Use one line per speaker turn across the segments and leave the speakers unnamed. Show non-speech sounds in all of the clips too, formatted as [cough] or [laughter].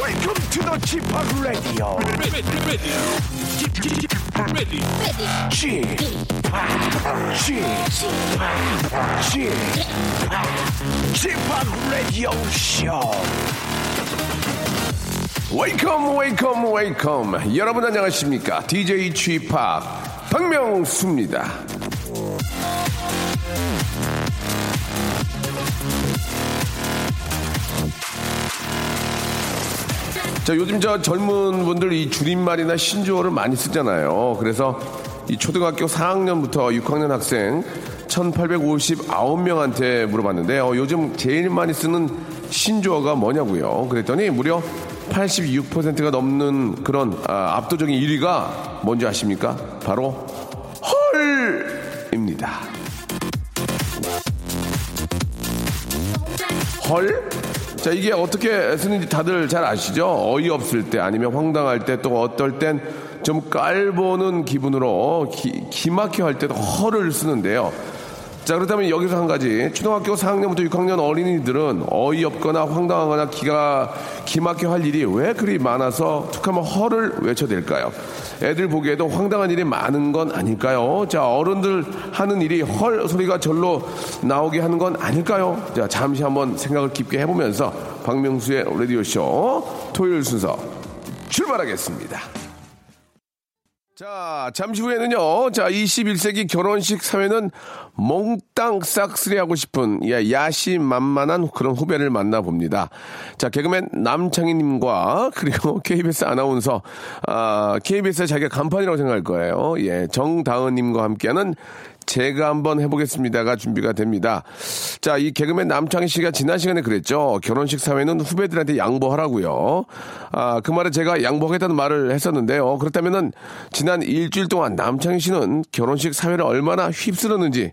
Welcome to the g p o p Radio. g p o p G-POP, Radio Show. Welcome, welcome, welcome. 여러분 안녕하십니까? DJ G-POP 박명수입니다. 자, 요즘 저 젊은 분들 이 줄임말이나 신조어를 많이 쓰잖아요. 그래서 이 초등학교 4학년부터 6학년 학생 1859명한테 물어봤는데 어, 요즘 제일 많이 쓰는 신조어가 뭐냐고요. 그랬더니 무려 86%가 넘는 그런 아, 압도적인 1위가 뭔지 아십니까? 바로 헐입니다. 헐? 자, 이게 어떻게 쓰는지 다들 잘 아시죠? 어이없을 때 아니면 황당할 때 또 어떨 땐 좀 깔보는 기분으로 기, 기막혀 할 때도 헐을 쓰는데요. 자, 그렇다면 여기서 한 가지. 초등학교 4학년부터 6학년 어린이들은 어이없거나 황당하거나 기가 기막혀 할 일이 왜 그리 많아서 툭하면 헐을 외쳐댈까요? 애들 보기에도 황당한 일이 많은 건 아닐까요? 자, 어른들 하는 일이 헐 소리가 절로 나오게 하는 건 아닐까요? 자, 잠시 한번 생각을 깊게 해보면서 박명수의 라디오쇼 토요일 순서 출발하겠습니다. 자, 잠시 후에는요. 자, 21세기 결혼식 사회는 몽땅 싹쓸이하고 싶은 예, 야시만만한 그런 후배를 만나봅니다. 자, 개그맨 남창희님과 그리고 [laughs] KBS 아나운서, 아, KBS의 자기가 간판이라고 생각할 거예요. 예, 정다은님과 함께하는 제가 한번 해보겠습니다가 준비가 됩니다. 자, 이 개그맨 남창희 씨가 지난 시간에 그랬죠. 결혼식 사회는 후배들한테 양보하라고요. 아, 그 말에 제가 양보하겠다는 말을 했었는데요. 그렇다면은 지난 일주일 동안 남창희 씨는 결혼식 사회를 얼마나 휩쓸었는지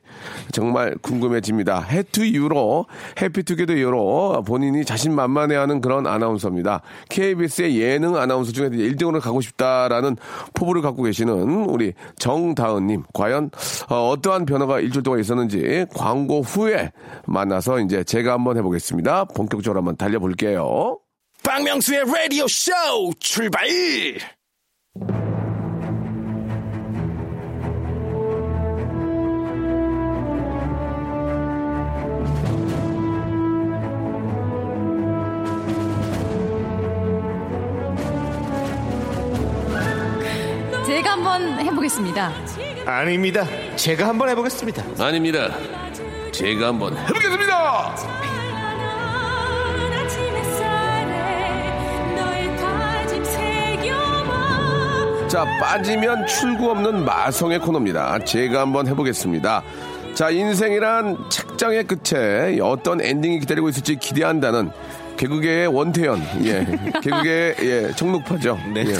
정말 궁금해집니다. 해투 이후로 해피투게더 이후로 본인이 자신만만해하는 그런 아나운서입니다. KBS의 예능 아나운서 중에 1등으로 가고 싶다라는 포부를 갖고 계시는 우리 정다은님 과연 어, 떠한 변화가 일주일 동안 있었는지 광고 후에 만나서 이제 제가 한번 해보겠습니다. 본격적으로 한번 달려볼게요.
박명수의 라디오 쇼 출발!
제가 한번 해보겠습니다.
아닙니다. 제가 한번 해보겠습니다.
아닙니다. 제가 한번 해보겠습니다. 자, 빠지면 출구 없는 마성의 코너입니다. 제가 한번 해보겠습니다. 자, 인생이란 책장의 끝에 어떤 엔딩이 기다리고 있을지 기대한다는 개그계의 원태현,
[laughs]
예, 개그계의 예, 청록파죠.
네.
예.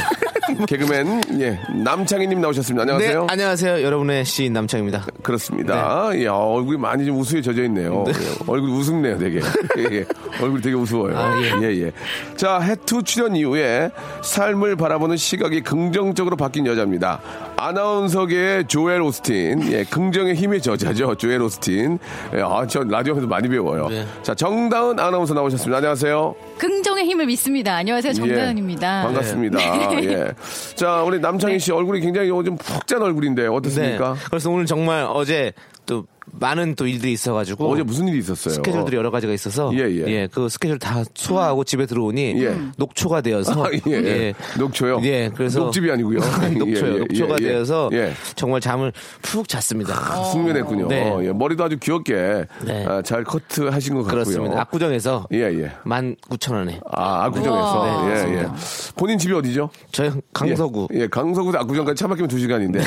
개그맨, 예, 남창희님 나오셨습니다. 안녕하세요.
네, 안녕하세요. 여러분의 시인 남창입니다.
그렇습니다.
네.
예, 얼굴이 많이 좀 우수해 젖어 있네요. 예, 얼굴 우습네요, 되게. 예, 예. 얼굴이 되게 우스워요.
아,
예. 예, 자, 해투 출연 이후에 삶을 바라보는 시각이 긍정적으로 바뀐 여자입니다. 아나운서계의 조엘 오스틴. 예, 긍정의 힘의 저자죠. 조엘 오스틴. 예, 아, 저 라디오에서 많이 배워요.
네.
자, 정다은 아나운서 나오셨습니다. 안녕하세요.
긍정의 힘을 믿습니다. 안녕하세요
예,
정다은입니다. [laughs] 네.
반갑습니다. 예. 자, 우리 남창희 씨 얼굴이 굉장히 요즘 푹 짠 얼굴인데 어떻습니까?
네. 그래서 오늘 정말 어제 또 많은 또 일들이 있어가지고
어제 무슨 일이 있었어요?
뭐 스케줄들이 여러 가지가 있어서
예, 예.
그 스케줄 다 소화하고 집에 들어오니
예.
녹초가 되어서
아, 예, 예. 녹초요?
예, 그래서
녹집이 아니고요.
[laughs] 녹초요.
예, 예,
녹초가
예, 예.
되어서
예. 아,
정말 잠을 푹 잤습니다.
숙면했군요.
네.
예, 머리도 아주 귀엽게
네.
아, 잘 커트 하신 것 같고요.
그렇습니다. 아, 압구정에서
예, 예.
19,000원에
아, 아구정에서.
우와.
예, 예. 본인 집이 어디죠?
저희 어, 네, 강서구
예, 예, 강서구에서 아구정까지 차 막히면 두시간인데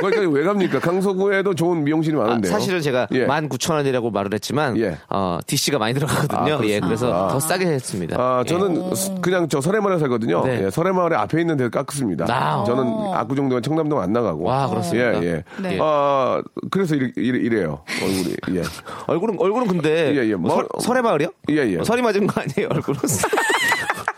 거기까지 왜 갑니까? 강서구에도 좋은 미용실이
아,
많은데요.
사실은 제가
예.
19,000원이라고 말을 했지만
예.
어, DC가 많이 들어가거든요.
아,
예,
그렇습니까?
그래서
아.
더 싸게 했습니다.
아,
예.
저는 스- 그냥 저 설해마을에 살거든요.
네.
예, 설해마을에 앞에 있는 데 깎습니다.
아.
저는 압구정동은 청담동 안 나가고.
와, 그렇습니까?
예, 예.
네.
아, 그래서 이래, 요 얼굴이. 예.
얼굴은 얼굴은 근데
예, 예.
뭐
마을-
설- 설의 마을이요?
예, 예.
어, 설이 맞은 거 아니에요? 얼굴은
[laughs]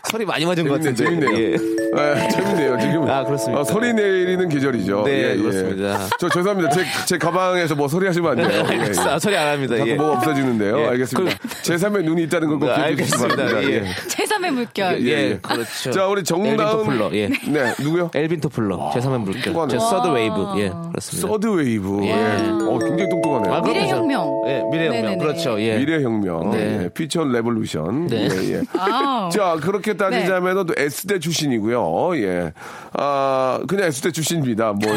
설이 많이 맞은 것
재밌네,
같은데.
재밌네요.
예.
예, 재밌네요, 지금.
아, 그렇습니다.
어, 설이 내리는 계절이죠.
네,
예, 예.
그렇습니다.
저 죄송합니다. 제, 제 가방에서 뭐 설이하시면 안 돼요. 예, 예.
알겠어. 아, 설이 안 합니다.
자꾸
예.
뭐가 없어지는데요.
예.
알겠습니다. 제3의 눈이 있다는 걸꼭
네,
기억해 주시기 바랍니다.
알겠습니다. 예.
제3의 물결.
예,
예,
예.
그렇죠.
자, 우리
엘빈
정다은.
토플러. 예.
네, 누구요?
엘빈 토플러. 제3의 물결.
똑똑하네.
제
아.
서드 웨이브. 예. 그렇습니다.
서드웨이브. 예. 어, 굉장히 똑똑하네요.
아, 그럼요.
미래혁명.
예, 미래혁명.
네네네.
그렇죠. 예.
미래혁명,
네.
예, 피처 레볼루션.
네.
예, 예.
[laughs] 아.
자, 그렇게 따지자면 또 S대 출신이고요. 예. 아, 그냥 S대 출신입니다.
[laughs]
뭐,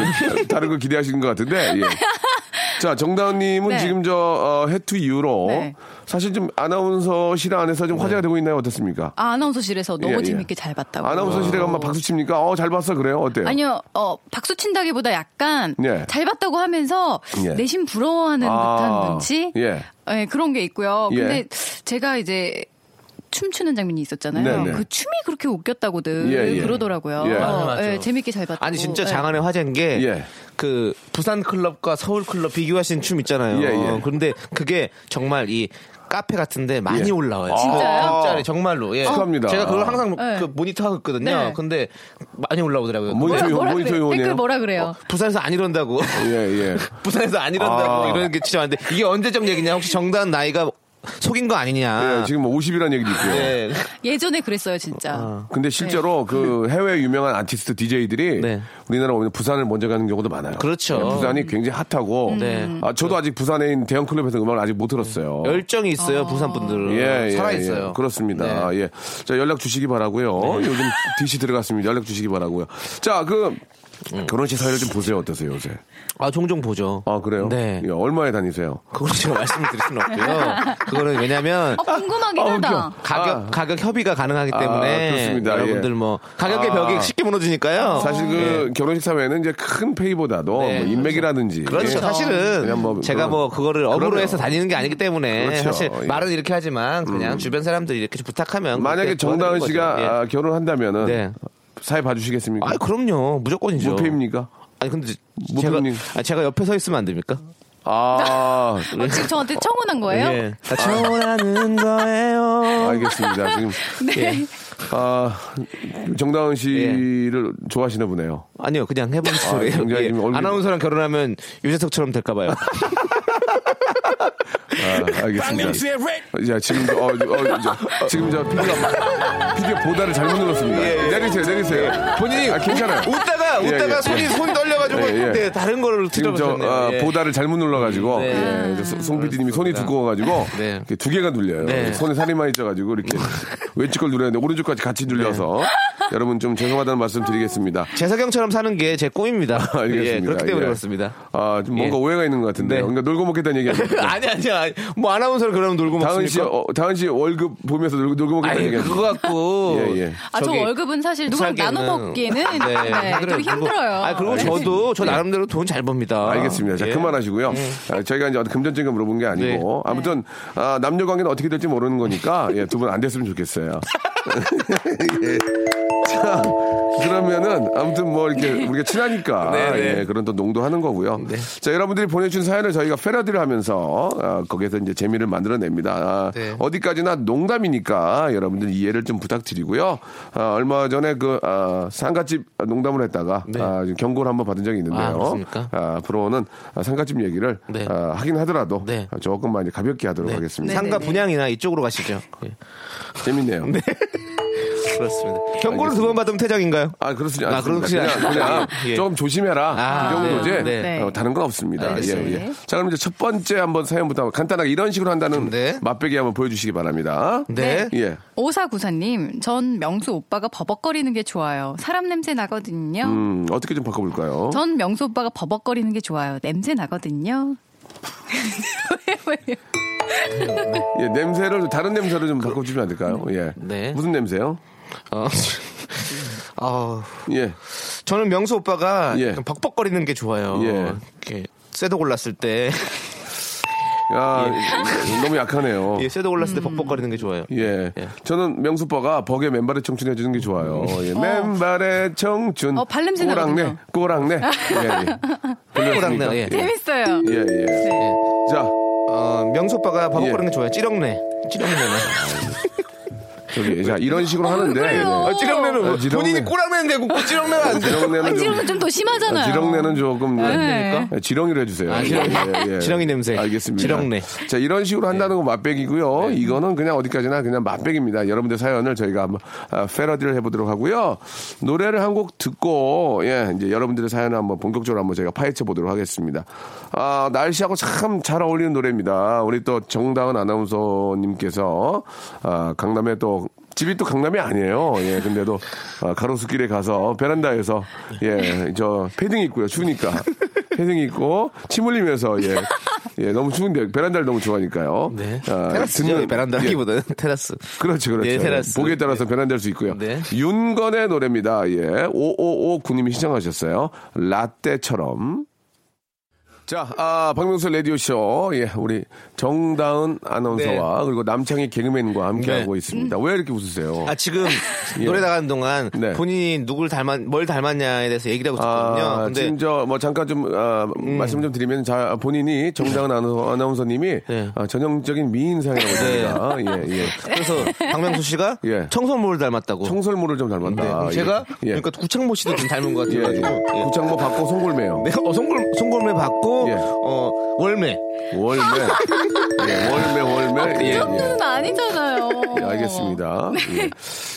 다른 걸 기대하시는 것 같은데. 예. 자, 정다은님은
네.
지금 저, 어, 해투 이후로
네.
사실 좀 아나운서 실 안에서 좀 화제가 되고 있나요? 어떻습니까?
아, 아나운서실에서 너무
예, 예.
재밌게 잘 봤다고.
아나운서 실에 가면 막 박수 칩니까? 어, 잘 봤어. 그래요? 어때요?
아니요, 어, 박수 친다기보다 약간
예.
잘 봤다고 하면서
예.
내심 부러워하는
아,
듯한 눈치?
예.
예, 그런 게 있고요.
예.
근데 제가 이제 춤추는 장면이 있었잖아요.
네네.
그 춤이 그렇게 웃겼다고들
예, 예.
그러더라고요.
예.
맞아,
어,
맞아.
예, 재밌게 잘 봤다고.
아니 진짜
어,
예.
장안의 화제인
예.
게 그 부산 클럽과 서울 클럽 비교하신 춤 있잖아요. 어,
예, 예.
그런데 그게 정말 이 카페 같은데 많이
예.
올라와요.
진짜요? 예.
진짜로 정말로. 예.
축하합니다. 아.
제가 그걸 항상
네.
그 모니터하고 있거든요.
네.
근데 많이 올라오더라고요.
모니터,
뭐라, 뭐라
모니터
그래요?
요원이에요.
댓글 뭐라 그래요?
부산에서 안 이런다고. [laughs]
예, 예.
부산에서 안 이런다고
아.
이런 게 진짜 많은데 이게 언제적 얘기냐? 혹시 정다은 나이가 속인 거 아니냐?
예, 지금 50이라는 얘기도 있고요.
네.
예전에 그랬어요, 진짜.
근데 실제로 그 해외 유명한 아티스트 DJ들이
네.
우리나라 오면 부산을 먼저 가는 경우도 많아요.
그렇죠.
네, 부산이 굉장히 핫하고.
네.
아, 저도 아직 부산에 있는 대형 클럽에서 음악을 아직 못 들었어요.
열정이
아.
있어요 부산 분들은
예, 예,
살아 있어요. 네.
예. 그렇습니다. 예. 자, 연락 주시기 바라고요. 요즘 DC 들어갔습니다. 연락 주시기 바라고요. 자, 그
음.
결혼식 사회를 좀 보세요. 어떠세요, 요새?
아 종종 보죠.
아, 그래요?
네.
예, 얼마에 다니세요?
그걸 제가 말씀드릴 수는 없고요. 그거는 왜냐면
어, 궁금하긴 하다.
가격
아.
가격 협의가 가능하기
아,
때문에
그렇습니다.
여러분들
예.
뭐 가격의
아.
벽이 쉽게 무너지니까요. 예.
사실 그 결혼식 사회는 이제 큰 페이보다도
어. 네.
뭐 인맥이라든지
그렇죠.
예. 그냥
사실은
뭐
제가
그런-
뭐 그거를 업으로
그럼요.
해서 다니는 게 아니기 때문에
그렇죠.
사실
예. 음.
말은 이렇게 하지만 그냥 주변 사람들 이렇게 좀 부탁하면
만약에
그렇게
정다은
도와드리는
씨가
거죠. 예.
아, 결혼한다면은
네. 뭐.
사회 봐주시겠습니까?
아 그럼요 무조건이죠.
무패입니까?
아니 근데 제가
무패님.
아, 제가 옆에 서 있으면 안 됩니까? [laughs]
아
어, 지금 저한테 청혼한 거예요?
예. 다 청혼하는 거예요.
알겠습니다. 지금
네.
예.
아 정다은 씨를 좋아하시나 보네요.
아니요, 그냥 해본 소리예요.
굉장히
예.
지금 얼굴이-
아나운서랑 결혼하면 유재석처럼 될까봐요.
아, 알겠습니다. 야 지금 저- 어, 어, 저- 지금 저 피디가 피디 보다를 잘못 눌렀습니다. 내리세요, 내리세요. 본인이 아, 괜찮아요.
예. 웃다가
예,
웃다가
예.
손이 손이 떨려가지고
예, 예.
네, 다른 거를
지금 저
틀어보셨네요.
아,
예.
보다를 잘못 눌러가지고
네.
예, 저 송 PD님이 손이 두꺼워가지고
네.
이렇게 두 개가 눌려요.
네.
손에 살이 많이 쪄가지고 이렇게 왼쪽 걸 눌렀는데 오른쪽까지 같이 눌려서
네.
여러분 좀 죄송하다는 말씀 드리겠습니다.
재석형처럼 사는 게 제 꿈입니다.
알겠습니다.
예, 그렇기 때문에
예.
그렇습니다. [laughs]
아, 좀 뭔가
예.
오해가 있는 것 같은데.
네.
그러니까 놀고 먹겠다는
[laughs]
얘기 아니에요?
아니 아니야. 아니. 뭐 아나운서를 그러면 놀고
다은 씨,
먹습니까?
어, 다은 씨 월급 보면서 놀고, 놀고 먹겠다는
아니
얘기 아니에요?
그거 갖고.
[laughs] 예, 예.
아, 저
저기
월급은 사실 누구랑 나눠
살기에는-
먹기에는 네,
[laughs] 네,
좀
그래요. 그리고-
힘들어요.
아 그리고
네.
저도 저 나름대로 돈 잘 법니다.
예. 알겠습니다. 자,
예. 네.
그만하시고요. 아, 저희가 이제 어떤 금전적인 거 물어본 게 아니고. 아무튼, 아, 남녀 관계는 어떻게 될지 모르는
[laughs]
거니까, 예, 두 분 안 됐으면 좋겠어요. 예. 자, 그러면은, 아무튼 뭐, 이렇게, 우리가 친하니까,
[laughs] 네, 네.
예, 그런 또 농도 하는 거고요. 자, 여러분들이 보내준 사연을 저희가 패러디를 하면서, 아, 거기에서 이제 재미를 만들어냅니다. 아,
네.
어디까지나 농담이니까 여러분들 이해를 좀 부탁드리고요. 아, 얼마 전에 그, 아, 상가집 농담을 했다가,
네.
아, 경고를 한번 받은 적이 있는데,
아,
있는데요.
그렇습니까?
아, 앞으로는 아, 상가집 얘기를
네.
아, 하긴 하더라도
네.
아, 조금만 이제 가볍게 하도록 하겠습니다.
상가
네네네.
분양이나 이쪽으로 가시죠. 예.
재밌네요.
그렇습니다. 경고를 두 번 받으면 퇴장인가요?
아, 그렇지 않습니다.
아, 그렇지
그냥, 그냥
않습니다. [laughs] 예.
조금 조심해라.
아,
이 정도지.
네,
네.
어, 다른 건 없습니다. 예,
알겠습니다.
예. 자, 그럼 이제 첫 번째 한번 사연부터 한번 간단하게 이런 식으로 한다는
네.
맛배기 한번 보여주시기 바랍니다.
네.
예.
[laughs] 오사구사님, 전 명수 오빠가 버벅거리는 게 좋아요. 사람 냄새 나거든요.
음, 어떻게 좀 바꿔볼까요?
전 명수 오빠가 버벅거리는 게 좋아요. 냄새 나거든요. 왜, 왜요?
예, 냄새를, 다른 냄새를 좀 바꿔주면 안 될까요? 예.
네.
무슨 냄새요? [laughs]
어. 어,
예.
저는 명수 오빠가
예.
약간 벅벅거리는 게 좋아요.
예.
이렇게 쇠도 골랐을 때
아, 너무 약하네요.
예, 쇠도 올랐을 때 벅벅거리는 게 좋아요.
예.
예.
저는 명수빠가 벅에 맨발의 청춘 해주는 게 좋아요.
음.
예. 맨발의 청춘.
어, 발냄새
꼬랑내.
나거든요. [laughs]
꼬랑내. 예, 예.
꼬랑내, 예.
재밌어요.
예,
네.
예. 자,
어, 명수 오빠가 버벅거리는
예. 아,
게 좋아요. 찌렁내. 찌렁내.
저기, 자, 이런 식으로 하는데.
그래요.
아,
찌렁내는
뭐, 본인이
꼬랑내인데 꼭 찌렁내는 안
아,
예. 지렁내는 좀.
지금은 좀 더 심하잖아요.
지렁내는 조금.
네.
예, 지렁이로 해주세요.
아, 지렁이.
예, 예.
지렁이 냄새.
알겠습니다. 네.
지렁내. 네.
자, 이런 식으로 한다는 건 맛백이고요. 이거는 그냥 어디까지나 그냥 맛백입니다. 여러분들 사연을 저희가 한번 아, 패러디를 해보도록 하고요. 노래를 한 곡 듣고, 예, 이제 여러분들의 사연을 한번 본격적으로 한번 저희가 파헤쳐 보도록 하겠습니다. 아, 날씨하고 참 잘 어울리는 노래입니다. 우리 또 정다은 아나운서님께서, 아, 강남에 또 집이 또 강남이 아니에요. 예, 근데도 아, 가로수길에 가서 베란다에서 예, 저 패딩 입고요. 추우니까 패딩 입고 침 흘리면서 예, 예, 너무 추운데 베란다를 너무 좋아하니까요.
네.
아,
테라스.
듣는- 예.
베란다기보다는 테라스.
그렇죠, 그렇죠.
네, 테라스.
보기에 따라서 베란다일 수 있고요.
네.
윤건의 노래입니다. 예, 555 군님이 신청하셨어요. 라떼처럼. 자, 아, 박명수 라디오쇼. 예, 우리 정다은
네.
아나운서와 그리고 남창희 개그맨과 함께하고 있습니다. 왜 이렇게 웃으세요?
아 지금 노래 나가는 동안
예. 네.
본인이 누굴 닮았 뭘 닮았냐에 대해서 얘기를 하고 있었거든요.
아,
근데
지금
음.
저 뭐 잠깐 좀 아, 말씀 좀 드리면 자 본인이 정당한 아나운서, 님이
네.
전형적인 미인상이라고 합니다. 예, 예.
그래서 박명수 씨가
예.
청설모를 닮았다고.
청설모를 좀
네.
닮았다. 예.
제가
예.
그러니까 구창모 씨도 좀 닮은 것
예,
같아요.
예. 구창모 받고 송골매요.
내가 어, 송골 송골매 받고
예.
어 월매. [laughs]
월매. 예, 월매
아,
월매. 예, 예.
정도는 음, 아니잖아요.
예,
어.
알겠습니다. 예.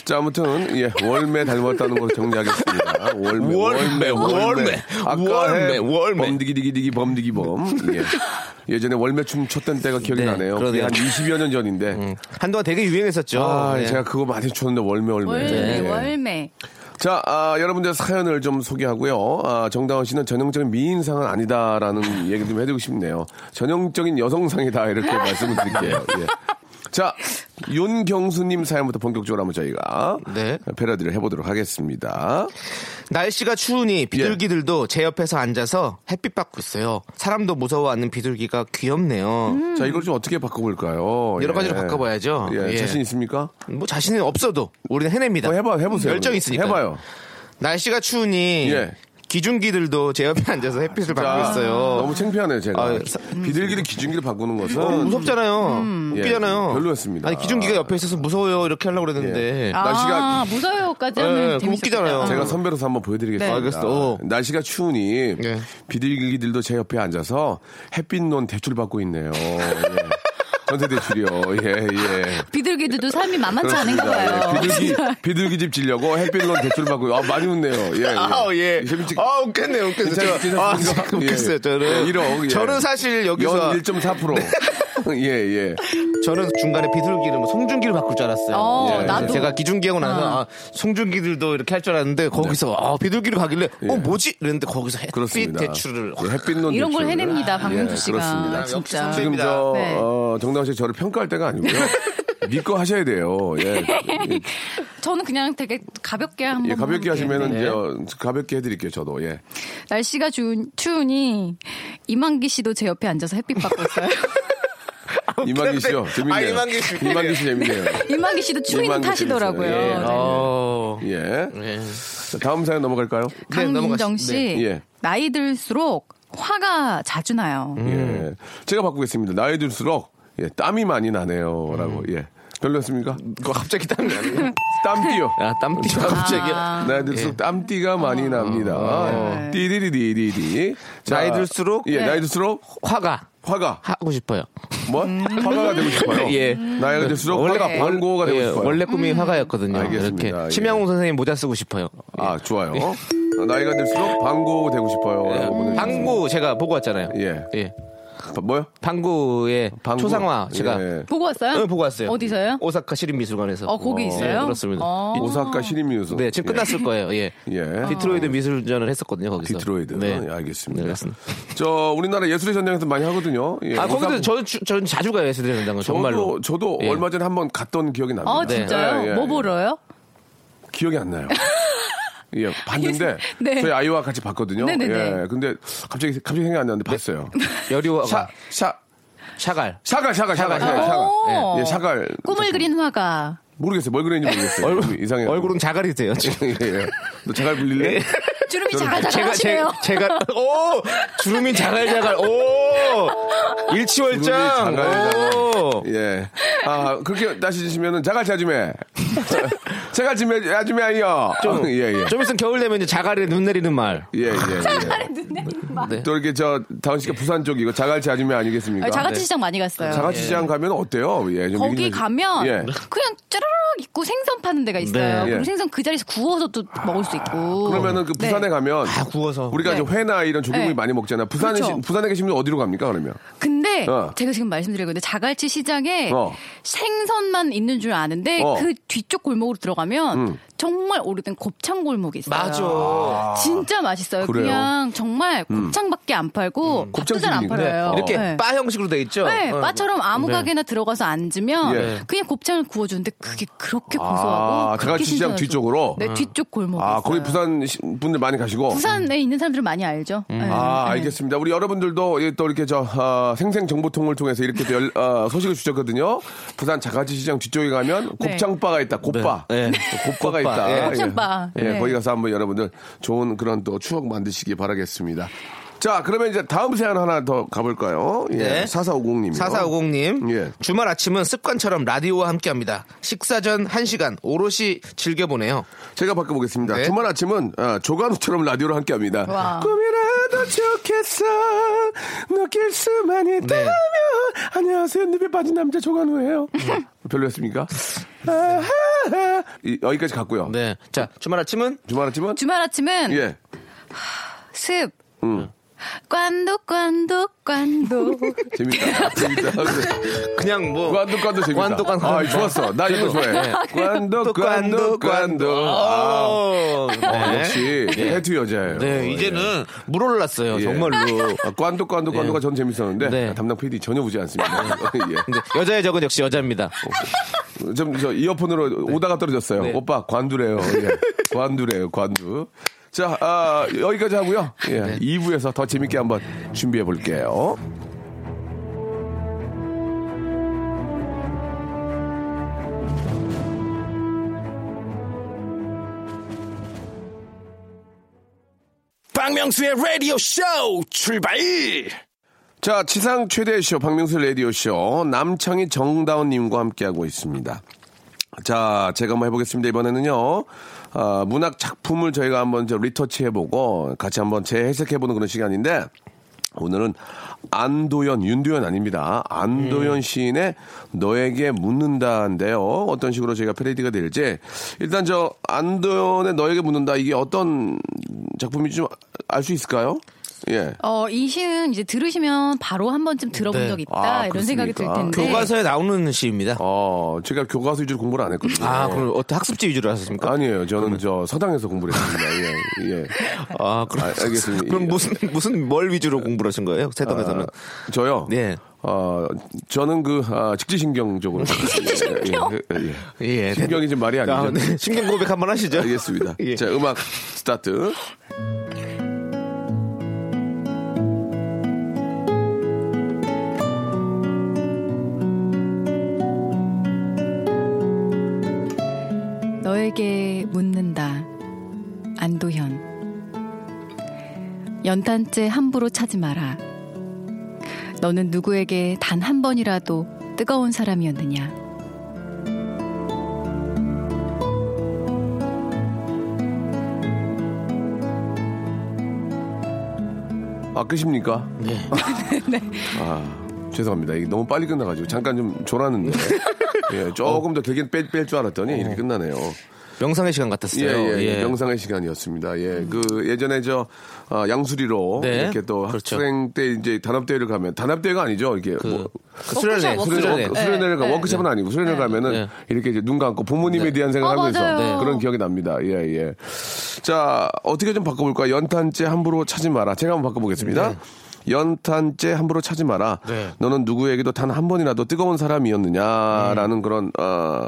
자, 아무튼, 예, 월매 닮았다는 걸로 정리하겠습니다. 월매, 월매,
월매, 월매,
아까
월매,
해
월매.
범디기디기디기 범디기범. 예. 예전에 월매 춤 췄던 때가 기억이
네,
나네요. 그게
그러네요.
한 20여 년 전인데.
한동안 되게 유행했었죠.
음. 아,
네.
제가 그거 많이 췄는데 월매, 월매.
월, 네,
예.
월매.
자, 아, 여러분들 사연을 좀 소개하고요. 아, 정다원 씨는 전형적인 미인상은 아니다라는 [laughs] 얘기 좀 해드리고 싶네요. 전형적인 여성상이다 이렇게
[laughs]
말씀을 드릴게요. 예. 자, 윤경수님 사연부터 본격적으로 한번 저희가
네.
패러디를 해보도록 하겠습니다.
날씨가
예.
추우니 비둘기들도 제 옆에서 앉아서 햇빛 받고 있어요. 사람도 무서워하는 비둘기가 귀엽네요.
자, 이걸 좀 어떻게 바꿔볼까요?
여러 가지로 바꿔봐야죠.
예,
예.
자신 있습니까?
뭐 자신은 없어도 우리는 해냅니다.
뭐 해봐, 해보세요.
열정 있으니까.
해봐요.
날씨가 추우니
예.
기중기들도 제 옆에 앉아서 햇빛을 받고 있어요.
너무 창피하네요, 제가.
아, 사-
비둘기를 기준기를 바꾸는 것은
어, 무섭잖아요. 웃기잖아요.
예, 별로였습니다.
아니 기중기가 옆에 있어서 무서워요 이렇게 하려고 그랬는데.
아, 날씨가-
아, 무서워요까지
예,
하면
그럼
재밌었겠다.
웃기잖아요.
제가 선배로서 한번 보여드리겠습니다.
네. 알겠어. 어.
날씨가 추우니
예.
비둘기들도 제 옆에 앉아서 햇빛논 대출 받고 있네요. [laughs] 예. 전세 대출이요. 예, 예.
비둘기들도 삶이 만만치 않은가
그렇습니다.
봐요.
예. 비둘기, 비둘기 집 질려고 햇빛논 대출 받고, 아, 많이 웃네요. 예.
아, 예.
재밌지?
아, 웃겠네요, 웃겠어요.
괜찮-
저- 아,
괜찮습니까?
진짜
예.
웃겠어요, 저는.
예, 일억, 예.
저는 사실 여기서, 네.
연 1.4%. [laughs] 예, 예.
저는 중간에 비둘기를 뭐 송중기를 바꿀 줄 알았어요. 네,
어,
예.
나도.
제가 기중기하고 나서, 아, 송중기들도 이렇게 할 줄 알았는데, 거기서, 아, 비둘기를 가길래, 어, 뭐지? 이랬는데, 거기서
네.
햇빛
예. 그렇습니다.
대출을.
예, 햇빛논
이런 걸
대출을.
해냅니다, 박명수
예,
씨가.
그렇습니다.
진짜.
역시
지금 저
네.
어, 정다은 씨 저를 평가할 때가 아니고요. [laughs] 믿고 하셔야 돼요.
[laughs]
예. 예,
저는 그냥 되게 가볍게 네. 한번.
예, 가볍게
해볼게요.
하시면은 이제 어, 가볍게 해드릴게요. 저도
[laughs]
예.
날씨가 추운- 추우니 이만기 씨도 제 옆에 앉아서 햇빛 받고
[laughs]
있어요.
이만기 씨요. 재밌네요.
아, 이만기 씨.
이만기 씨
[laughs]
재밌네요.
이만기 씨도 추위는
이만기
타시더라고요.
재밌어요. 예.
네.
어.
예.
예.
자, 다음 사연 넘어갈까요?
강민정 씨
넘어가시-
네. 예.
나이 들수록 화가 자주 나요.
음.
예. 제가 바꾸겠습니다. 나이 들수록 예, 땀이 많이 나네요라고.
음.
예. 별로였습니까?
음.
그거 갑자기 땀이 나네요.
땀띠요.
아, 땀띠 갑자기.
아.
나이
예.
들수록 땀띠가 많이 납니다. 띠디디디디디. 자,
아. 나이 들수록?
예,
네.
나이 들수록
화가
화가
하고 싶어요.
뭐? 화가가 되고 싶어요.
예.
나이가 들수록 화가 광고가 되고
예,
싶어요.
원래 꿈이
음.
화가였거든요.
알겠습니다. 예.
이렇게 심양호 선생님 모자 쓰고 싶어요.
아 좋아요. 나이가 들수록 광고 되고 싶어요. 라고 보내주셨습니다.
예. 방구 제가 보고 왔잖아요.
예. 바- 뭐요?
방구의
방구.
초상화 제가
예.
보고 왔어요?
어, 보고 왔어요.
어디서요?
오사카 시립미술관에서.
어, 거기 있어요?
예, 그렇습니다.
어. 아.
오사카 시립뮤소.
네, 지금 끝났을 거예요. 예.
예. 예.
디트로이드 미술전을 했었거든요, 거기서.
디트로이드.
네.
예, 알겠습니다.
네, 그렇습니다.
저 우리나라 예술의 전당에서 많이 하거든요. 예,
아,
오사-
거기도 저, 주- 저는 자주 가요, 예술대 전당은. 정말로.
저도, 저도
예.
얼마 전에 한번 갔던 기억이 납니다.
아 진짜요?
예, 예,
뭐
예.
보러요?
기억이 안
[laughs]
나요. 예, 봤는데
네.
저희 아이와 같이 봤거든요.
네네네. 네. [laughs]
예, 근데 갑자기 갑자기 생각이 안 나는데 봤어요.
여리와가.
샤
샤갈.
샤갈, 샤갈, 샤갈, 샤갈.
샤갈.
샤갈.
아. 오.
예, 샤갈.
꿈을 그린 화가.
모르겠어요. 뭘 그랬는지 모르겠어요. 얼굴 이상해.
얼굴은 자갈이 돼요. 지금.
[laughs] 예, 예. 너 자갈 불릴래?
네. 주름이 자갈자갈
[laughs] 제가 제,
하시네요.
제가 오 주름이 자갈자갈 오 일치월장
주름이 자갈자갈.
오
예. 아, 그렇게 따시시면은 자갈 자주매. [laughs] 자갈 지매 아주매 아이요.
좀,
[laughs] 예, 예.
좀 있으면 겨울 되면 이제 자갈에 눈 내리는 말.
예, 예. 예. 또 이렇게 저 다은 씨가 부산 쪽이고 자갈치 아주매 아니겠습니까? 네.
아, 자갈치 시장 많이 갔어요.
자갈치 시장 가면 어때요? 예, 좀
거기
얘기 좀-
가면
예.
그냥 짜라락 있고 생선 파는 데가 있어요.
네.
그럼
예.
생선 그 자리에서 구워서 또 먹을 수 있고.
그러면은 그 부산에
네.
가면
아 구워서
우리가
네.
이제 회나 이런 조림을
네.
많이 먹잖아. 부산에
그렇죠.
시- 부산에 계시면 어디로 갑니까? 그러면
근데
어.
제가 지금 말씀드린 건데 자갈치 시장에
어.
생선만 있는 줄 아는데
어. 음.
그 뒤쪽 골목으로 들어가면 정말 오래된 곱창 골목이 있어요.
맞아.
진짜 맛있어요. 그
그래요? 음.
냥 정말 곱창밖에 안 팔고 밥도 잘 안
곱창집이군요.
팔아요.
네,
이렇게
네.
바 형식으로 돼 있죠.
네,
어.
바처럼 아무
네.
가게나 들어가서 앉으면
예.
그냥 곱창을 구워주는데 그게 그렇게 고소하고
아,
그렇게
자갈치 시장
신선하죠.
뒤쪽으로.
네, 뒤쪽 골목.
아, 거기 부산 시- 분들 많이 가시고.
부산에 있는 사람들은 많이 알죠. 네.
아,
네.
알겠습니다. 우리 여러분들도 예, 또 이렇게 저 어, 생생 정보통을 통해서 이렇게 또 열- 어, 소식을 주셨거든요. 부산 자갈치 시장 뒤쪽에 가면
네.
곱창바가 있다. 곱바. 음,
네. 네.
곱바가 있다.
곱바. 예.
예.
곱창바.
예,
네.
거기 가서 한번 여러분들 좋은 그런 또 추억 만드시기 바라겠습니다. 자, 그러면 이제 다음 사연 하나 더 가볼까요? 예.
네.
4450님이요.
4450님
예.
주말 아침은 습관처럼 라디오와 함께합니다. 식사 전 1시간 오롯이 즐겨보네요.
제가 바꿔보겠습니다.
네.
주말 아침은 아, 조간우처럼 라디오를 함께 합니다.
와.
꿈이라도 좋겠어. 느낄 수만 있다면.
네.
안녕하세요. 늪에 빠진 남자 조간우예요.
음.
별로였습니까? 아하. 이- 여기까지 갔고요.
네. 자, 주말 아침은
주말 아침은?
주말 아침은
예. 음.
습. 관도 관도 관도.
[laughs]
재밌다. 재밌다.
그냥 뭐
관도 관도 재밌다.
관도, 관도. 네.
아, 좋았어. 나 이거 좋아해. 관도 관도 관도. 아,
아.
어,
네.
역시 해투 여자예요.
네, 이제는 물올랐어요.
예.
정말로.
아, 관도 관도 관도가 전 재밌었는데 아,
네. 아.
담당 PD 전혀 우지 않습니다. [laughs] 예.
근데 여자의 적은 역시 여자입니다.
좀 저 이어폰으로 오다가 떨어졌어요.
네.
오빠 관두래요. 예. 관두래요. 관두. 자 아, 여기까지 하고요. 예.
네.
2부에서 더 재밌게 한번 준비해 볼게요.
박명수의 라디오 쇼 출발!
예. 자, 지상 최대 쇼 박명수 라디오 쇼 남창희 정다운 님과 함께 하고 있습니다. 자, 제가 한번 해보겠습니다. 이번에는요, 아, 문학 작품을 저희가 한번 저 리터치 해보고 같이 한번 재해석해보는 그런 시간인데, 오늘은 안도현, 윤도현 아닙니다. 안도현 시인의 너에게 묻는다인데요. 어떤 식으로 저희가 패러디가 될지. 일단 저 안도현의 너에게 묻는다. 이게 어떤 작품인지 좀 알 수 있을까요? 예.
어, 이 시는 이제 들으시면 바로 한 번쯤 들어본
네.
적 있다
아,
이런 생각이 들
그렇습니까?
텐데.
교과서에 나오는 시입니다.
어, 예. 제가 교과서 위주로 공부를 안 했거든요.
아, 그럼 어떤 학습지 위주로 하셨습니까?
아니에요. 저는 저 서당에서 공부를 했습니다. [laughs] 예, 예.
아, 그럼,
아, 알겠습니다. 아,
그럼 무슨 무슨 뭘 위주로 공부를 하신 거예요? 세동에서는.
저요?
네.
어, 저는 그, 아, [laughs] 직지신경적으로. 직지신경? 예, 예, 예.
예.
신경이 지금 말이 아니죠.
아, 네. 신경 고백 한번 하시죠.
[laughs] 알겠습니다.
예.
자, 음악 스타트.
너에게 묻는다. 안도현. 연탄재 함부로 차지 마라. 너는 누구에게 단 한 번이라도 뜨거운 사람이었느냐?
아, 끝입니까? [laughs] 네. 아, 죄송합니다. 이게 너무 빨리 끝나가지고. 잠깐 좀 [laughs] 졸았는데. 예, 조금 더 길게 뺄 줄 알았더니 이렇게 끝나네요.
명상의 시간 같았어요.
예, 예,
예.
명상의 시간이었습니다. 예, 그 예전에 저 아, 양수리로
네.
이렇게 또
그렇죠.
학생 때 이제 단합대회를 가면 단합대회가 아니죠. 이게 뭐
그 수련회,
워크숍,
수련회.
워크숍.
수련회를 가
네.
워크숍은 아니고 수련회 를 가면은
네.
이렇게 이제 눈 감고 부모님에 대한 생각을
어,
하면서
맞아요.
그런 기억이 납니다. 예, 예. 자, 어떻게 좀 바꿔볼까? 연탄재 함부로 차지 마라. 제가 한번 바꿔보겠습니다. 연탄재 함부로 차지 마라.
네.
너는 누구에게도 단 한 번이라도 뜨거운
음.
사람이었느냐라는 그런 어,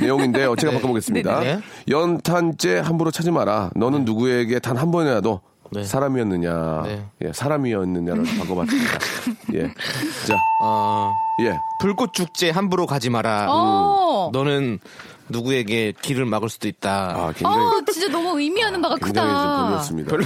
내용인데요. 제가 바꿔보겠습니다.
네, 네.
연탄재 함부로 차지 마라. 너는 누구에게 단 한 번이라도
네.
사람이었느냐,
네.
예,
[laughs]
사람이었느냐를 바꿔봤습니다. 예, 자,
아,
예,
불꽃 축제 함부로 가지 마라. 음.
어.
너는 누구에게 길을 막을 수도 있다.
아 굉장히
어, 진짜 너무 의미하는 바가
굉장히 좀
크다.
별로였습니다.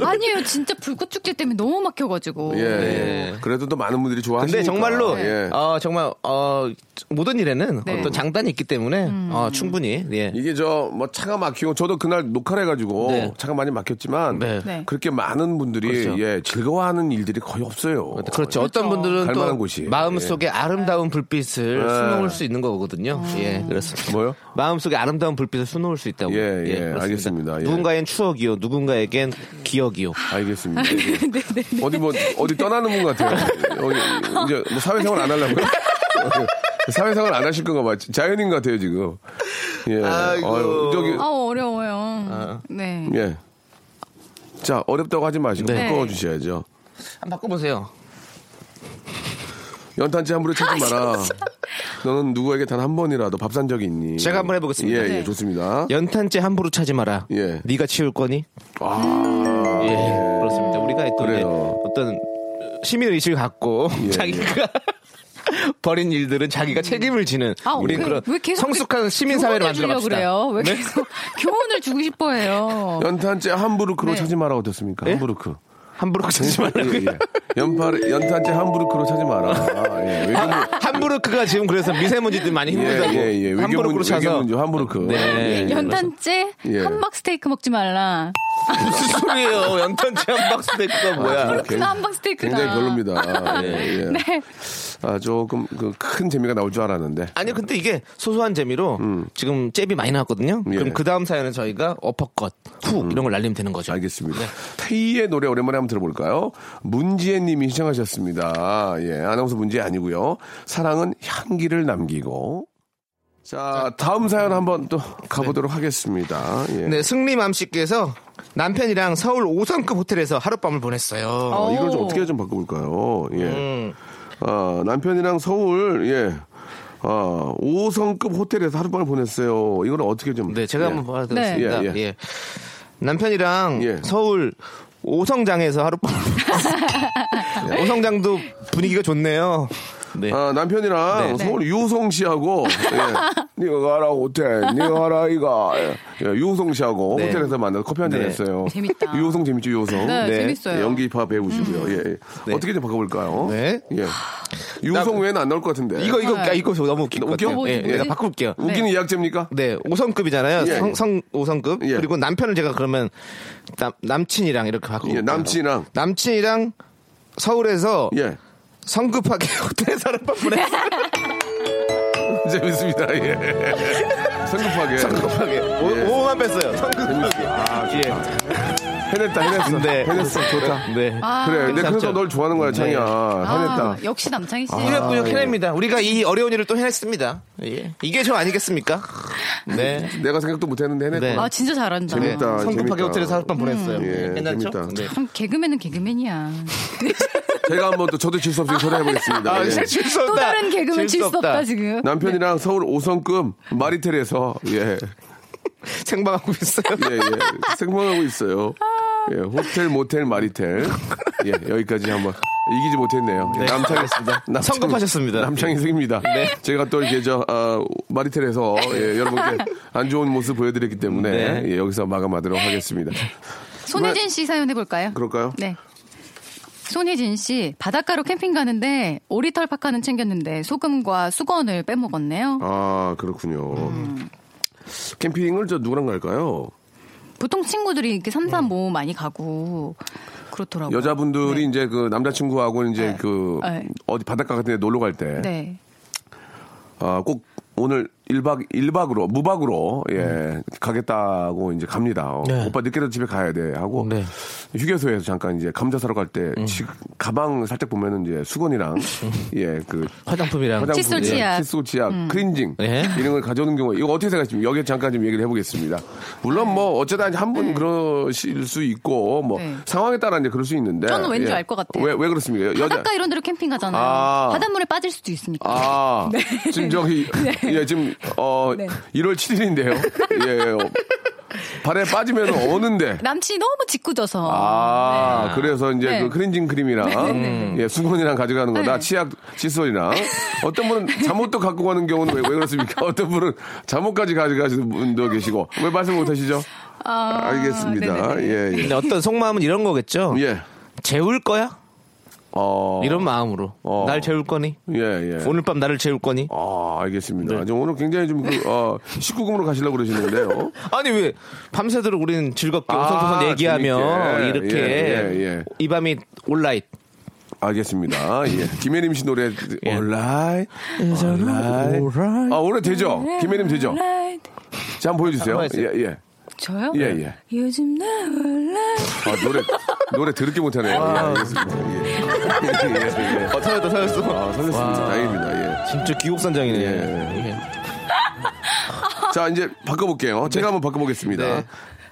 예.
아니에요, 진짜 불꽃 축제 때문에 너무 막혀가지고.
예,
[laughs]
예. 그래도 또 많은 분들이 좋아하시니까.
네. 근데 정말로
예.
어, 정말 어, 모든 일에는
네.
어떤 장단이 있기 때문에 어, 충분히 예.
이게 저 뭐 차가 막히고 저도 그날 녹화를 해가지고
네.
차가 많이 막혔지만
네.
네.
그렇게 많은 분들이
그렇죠.
예 즐거워하는 일들이 거의 없어요.
그렇죠. 어떤 분들은
갈만한
또
곳이. 예.
마음속에 아름다운 불빛을 수놓을 수 있는 거거든요. 예, 그렇습니다.
뭐요?
마음속에 아름다운 불빛을 수놓을 수 있다고.
예, 예, 알겠습니다. 예.
누군가엔 추억이요, 누군가에겐 기억이요.
알겠습니다. 예.
네,
어디 뭐 어디 떠나는 분 같아요. 여기 이제 뭐 사회생활 안 하려고요? [laughs] 사회생활 안 하실 건가 봐. 자연인 같아요 지금. 예.
아이고.
아유, 저기
아 어려워요. 네.
예. 자 어렵다고 하지 마시고
네.
바꿔 주셔야죠.
한번 바꿔보세요.
연탄재 함부로 찾지
아,
마라. 너는 누구에게 단 한 번이라도 밥 산 적이 있니?
제가 한번 해보겠습니다.
예, 예,
네.
좋습니다.
연탄재 함부로 차지 마라.
예.
네가 치울
예.
거니?
아,
예, 그렇습니다. 우리가 또 이제
그래요. 예,
어떤 시민 의식을 갖고 자기가 [laughs] 버린 일들은 자기가 책임을 지는
아,
우리
왜-
그런
왜 계속
성숙한
그
시민 사회를
교훈을 주려고
만들어 갑시다. 네?
그래요? 왜
네?
계속 교훈을 주고 싶어해요?
연탄재 함부르크로
네.
찾지 마라 어떻습니까? 함부르크.
함부로 차지 말라고.
예, 예. 연팔 연탄재 함부르크로 찾지 마라. 아, 예. 외교문,
함부르크가 지금 그래서 미세먼지들 많이 힘들다고.
예, 예, 예.
함부르크로
외교문,
차서.
외교문죠 함부르크.
네.
연탄째
예.
한박 스테이크 먹지 말라.
무슨 소리예요? 연탄재 한 박스 데크가 뭐야?
아, 굉-
그나 한박 스테이크다.
굉장히 별로입니다. 예, 예.
[laughs] 네.
아 조금 그 큰 재미가 나올 줄 알았는데.
아니 근데 이게 소소한 재미로 지금 잽이 많이 나왔거든요.
예.
그럼 그 다음 사연은 저희가 어퍼컷, 훅 이런 걸 날리면 되는 거죠.
알겠습니다.
네.
테이의 노래 오랜만에 한번 들어볼까요? 문지혜 님이 시청하셨습니다. 예, 아나운서 문제 아니고요. 사랑은 향기를 남기고. 자, 다음 사연 한번
네.
또 가보도록 하겠습니다. 예.
네, 승리맘 씨께서 남편이랑 서울 5성급 호텔에서 하룻밤을 보냈어요.
어, 이걸 좀
오. 음.
어떻게 좀 바꿔볼까요? 예. 어, 남편이랑 서울, 예. 어, 5성급 호텔에서 하룻밤을 보냈어요. 이걸 어떻게 좀.
네, 제가
예.
한번 보여드렸습니다.
네. 예, 예.
예. 남편이랑
예.
서울 오성장에서 하룻밤. [laughs] 예. 오성장도 분위기가 좋네요. 네.
아, 남편이랑 서울
네.
유호성 씨하고 예.
[laughs]
니가 가라 호텔, 니가 가라 이가 예. 유호성 씨하고
네.
호텔에서 만나서 커피 한잔
네.
했어요.
재밌다.
[laughs] 유호성 재밌죠, 유호성.
네,
네.
재밌어요. 음.
예, 연기파 배우시고요. 예, 예. 어떻게 좀 바꿔볼까요?
네.
예. 유호성
나-
외에는 안 나올 것 같은데.
이거 이거 아, 이거 너무 웃긴
웃겨?
것 같아요. 예,
뭐지,
예, 나
뭐지?
바꿀게요.
웃기는 이약제입니까?
네, 5성급이잖아요.
예.
성, 성 5성급.
예.
그리고 남편을 제가 그러면 남, 남친이랑 이렇게 바꾸고
예, 남친이랑.
남친이랑 서울에서 [laughs]
예.
성급하게 [laughs] 호텔에서 하룻밤 보냈어요.
재밌습니다. 예. 성급하게.
성급하게. 오,
예.
오만 뺐어요. 아, 예. 성급하게.
해냈다, 해냈어.
네.
해냈어. 좋다.
예. 네.
그래, 내가 그래서
괜찮죠? 네.
널 좋아하는 거야, 창이야. 해냈다.
아, 역시 남창희 씨.
이랬군요, 캐냅니다. 우리가 이 어려운 일을 또 해냈습니다. 예. 이게 저 아니겠습니까? 네.
내가 생각도 못했는데 해냈다.
네.
아 진짜 잘한다.
재밌다.
네. 성급하게
재밌다.
호텔에서 하룻밤 보냈어요.
예,
괜찮죠?
재밌다.
음. 네.
참 개그맨은 개그맨이야.
제가 한번 또 저도 질 수 없이 소리 해보겠습니다.
아,
예.
질수 없다.
또 다른 개그맨 질 수 없다. 지금.
남편이랑 서울 5성급 마리텔에서 예,
생방하고 있어요.
예, 예. 생방하고 있어요. 예, 호텔 모텔 마리텔. 예, 여기까지 한번 이기지 못했네요.
[laughs]
남창이었습니다.
성급하셨습니다. 네.
남창이 생입니다. 제가 또 이렇게 저 아, 마리텔에서 예, 여러분께 안 좋은 모습 보여드렸기 때문에
네.
예, 여기서 마감하도록 하겠습니다.
손혜진 씨 사연 해볼까요?
그럴까요?
네. 손혜진 씨 바닷가로 캠핑 가는데 오리털 파카는 챙겼는데 소금과 수건을 빼먹었네요.
아 그렇군요.
음.
캠핑을 저 누구랑 갈까요?
보통 친구들이 이렇게 삼삼오 많이 가고 그렇더라고요.
여자분들이 이제 그 남자친구하고 이제
어, 네.
그
네.
어디 바닷가 같은 데 놀러 갈 때.
네.
아, 꼭 오늘 1박, 1박으로, 무박으로, 예, 가겠다고 이제 갑니다. 어, 오빠 늦게라도 집에 가야 돼 하고,
네.
휴게소에서 잠깐 이제 감자 사러 갈 때, 지- 가방 살짝 보면은 이제 수건이랑, 예, 그,
화장품이랑.
화장품,
칫솔
예,
치약. 음.
칫솔 치약, 크린징
예.
이런 걸 가져오는 경우 이거 어떻게 생각하십니까? 여기에 잠깐 좀 얘기를 해보겠습니다. 물론 뭐 어쩌다 한 분 그러실 수 있고 뭐
네.
상황에 따라 이제 그럴 수 있는데 예.
저는 왠지 알것 같아요.
왜왜 그렇습니까? 여자
바닷가 이런 데로 캠핑 가잖아요.
아.
바닷물에 빠질 수도 있으니까. [laughs]
아,
네.
지금 저기, 예, 지금, 어, 1월 7일인데요. 예, 어, 예. 발에 빠지면
[laughs]
오는데.
남친이 너무 짓궂어서.
아,
네.
그래서 이제
네.
그 클렌징 크림이랑 예, 수건이랑 가져가는 거다.
네.
치약 칫솔이랑 어떤 분은 잠옷도 갖고 가는 경우는 왜, 왜 그렇습니까? [laughs] 어떤 분은 잠옷까지 가져가시는 분도 계시고 왜 말씀 못 하시죠?
아,
알겠습니다.
네네네.
예, 예.
근데 어떤 속마음은 이런 거겠죠.
예.
재울 거야?
어.
이런 마음으로.
어.
날 재울 거니?
예, 예.
오늘 밤 나를 재울 거니?
아, 알겠습니다.
네.
지금 오늘 굉장히 좀 그, 어, 19금으로 가시려고 그러시는데요.
아니 왜 밤새도록 우리는 즐겁게
아,
오선도선 얘기하며
재밌게.
이렇게
예, 예, 예.
이 밤이 온라이트
알겠습니다. 예. 김혜림 씨 노래
예.
올라이 올라이 아 올해 되죠? 김혜림 되죠? 자 한번 보여주세요.
한번 해주세요.
예예 예.
저요?
예, 예.
요즘 나 올라.
아 노래 노래 더럽게 못하네요. 예, 알겠습니다. 예. 예, 예.
어 살렸다 살렸어
아 설렜습니다. 다행입니다. 예.
진짜 귀국산장이네
예.
예.
자 이제 바꿔볼게요. 제가 한번 바꿔보겠습니다.
네.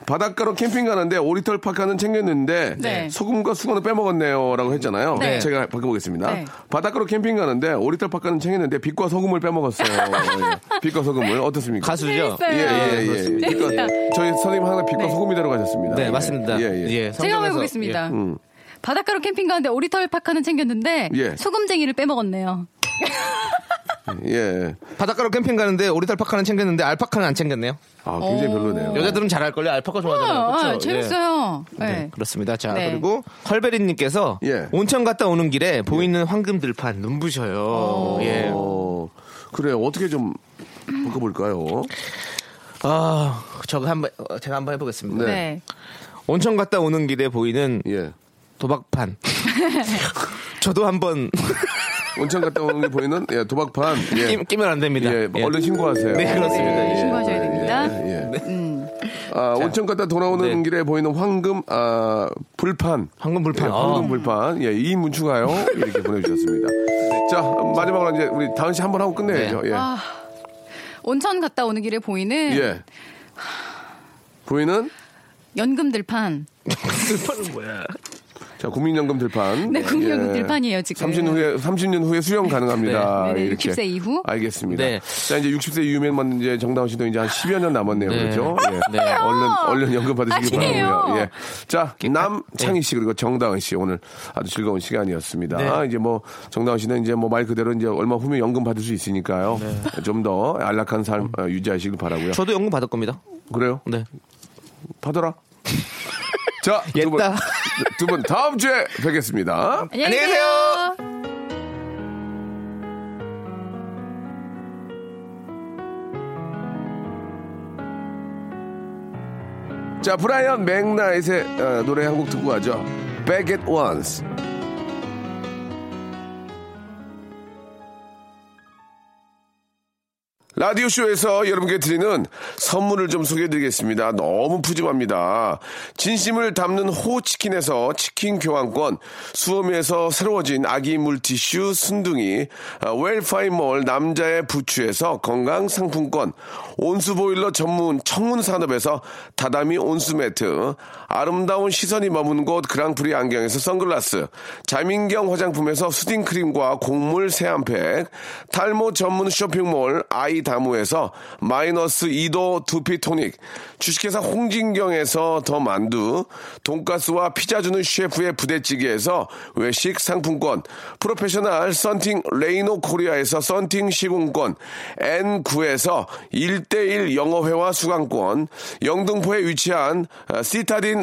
바닷가로 캠핑 가는데 오리털 파카는 챙겼는데
네.
소금과 수건을 빼먹었네요라고 했잖아요.
네.
제가 바꿔보겠습니다.
네.
바닷가로 캠핑 가는데 오리털 파카는 챙겼는데 빛과 소금을
[laughs]
빼먹었어요. 예. 빛과 소금을 어떻습니까?
가수죠
재밌어요.
예예예.
그렇습니다.
네.
저희 선생님 하나 빛과 소금이대로 가셨습니다.
네 맞습니다
예, 예.
제가 한번
성경에서-
해보겠습니다.
예.
바닷가로 캠핑 가는데 오리털 파카는 챙겼는데
예.
소금쟁이를 빼먹었네요.
예.
바닷가로 캠핑 가는데 오리털 파카는 챙겼는데 알파카는 안 챙겼네요
아 굉장히 별로네요.
여자들은 잘할걸요 알파카 좋아하잖아요
어,
그렇죠?
어, 재밌어요. 네.
네, 그렇습니다. 자,
네.
그리고 헐베리님께서
예.
온천 갔다 오는 길에 보이는 황금들판 눈부셔요. 예.
어, 그래 어떻게 좀 바꿔볼까요?
아, 저거 한번, 어, 제가 한번 해보겠습니다.
네.
온천 갔다 오는 길에 보이는
예.
[laughs]
도박판. [laughs] 저도 한번
온천 갔다 오는 게 보이는 예, 도박판. 예.
끼, 끼면 안 됩니다.
예, 얼른 신고하세요.
네, 그렇습니다.
예,
예.
신고하셔야
예,
됩니다.
예, 예.
음.
아, 온천 갔다 돌아오는
네.
길에 보이는 황금 아, 불판.
황금 불판. 아,
예, 황금 불판. 예, 2인분 추가요. 이렇게 보내주셨습니다. 자, 마지막으로 이제 우리 다은 씨 한 번 하고
네.
끝내야죠. 예.
아, 온천 갔다 오는 길에 보이는
예. 보이는
연금들판.
불판은 뭐야?
자, 국민연금 들판. 예.
네, 국민연금 들판이에요, 지금.
30년 후에 30년 후에 수령 가능합니다.
네, 네,
이렇게.
60세 이후?
알겠습니다.
네.
자, 이제 60세 이후면 이제 정다운 씨도 이제 한 10여 년 남았네요.
네.
그렇죠? 예.
네.
얼른 얼른 연금 받으시기
아, 아니에요.
바라고요. 예. 자,
그러니까,
남창희 씨 그리고 정다은 씨 오늘 아주 즐거운 시간이었습니다.
네.
이제 뭐 정다은 씨는 이제 뭐 말 그대로 이제 얼마 후면 연금 받을 수 있으니까요.
네.
좀 더 안락한 삶 어, 유지하시길 바라고요.
저도 연금 받을 겁니다.
그래요?
네. [laughs]
받아라. 자,
옛다.
두분 다음 주에 뵙겠습니다.
안녕히 계세요.
자, 브라이언 맥나잇의 어, 노래 한 곡 듣고 가죠. Back at Once. 라디오쇼에서 여러분께 드리는 선물을 좀 소개해드리겠습니다. 너무 푸짐합니다. 진심을 담는 호치킨에서 치킨 교환권, 수험에서 새로워진 아기 물티슈 순둥이, 아, 웰파이몰 남자의 부추에서 건강 상품권, 온수보일러 전문 청운산업에서 다다미 온수매트, 아름다운 시선이 머문 곳 그랑프리 안경에서 선글라스, 자민경 화장품에서 수딩크림과 곡물 세안팩, 탈모 전문 쇼핑몰 아이다무에서 마이너스 2도 두피토닉, 주식회사 홍진경에서 더 만두, 돈가스와 피자 주는 셰프의 부대찌개에서 외식 상품권, 프로페셔널 썬팅 레이노 코리아에서 썬팅 시공권, N9에서 1대1 영어회화 수강권, 영등포에 위치한 아, 시타딘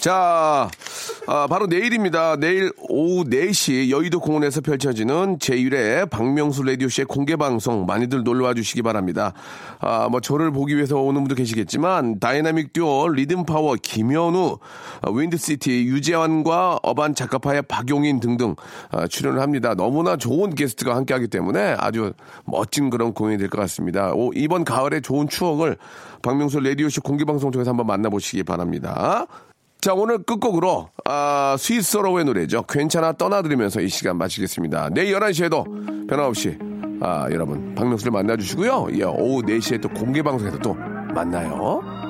자, 아, 바로 내일입니다. 내일 오후 4시 여의도 공원에서 펼쳐지는 제1회 박명수 라디오쇼의 공개방송 많이들 놀러와 주시기 바랍니다. 아, 뭐 저를 보기 위해서 오는 분도 계시겠지만 다이나믹 듀오 리듬파워 김현우, 아, 윈드시티 유재환과 어반 작가파의 박용인 등등 아, 출연을 합니다. 너무나 좋은 게스트가 함께하기 때문에 아주 멋진 그런 공연이 될 것 같습니다. 오, 이번 가을에 좋은 추억을 박명수 라디오쇼 공개방송 통해서 한번 만나보시기 바랍니다. 자, 오늘 끝곡으로, 아, 스위스어로의 노래죠. 괜찮아 떠나드리면서 이 시간 마치겠습니다. 내일 11시에도 변함없이, 네 아, 여러분, 박명수를 만나주시고요. 예, 오후 4시에 또 공개방송에서 또 만나요.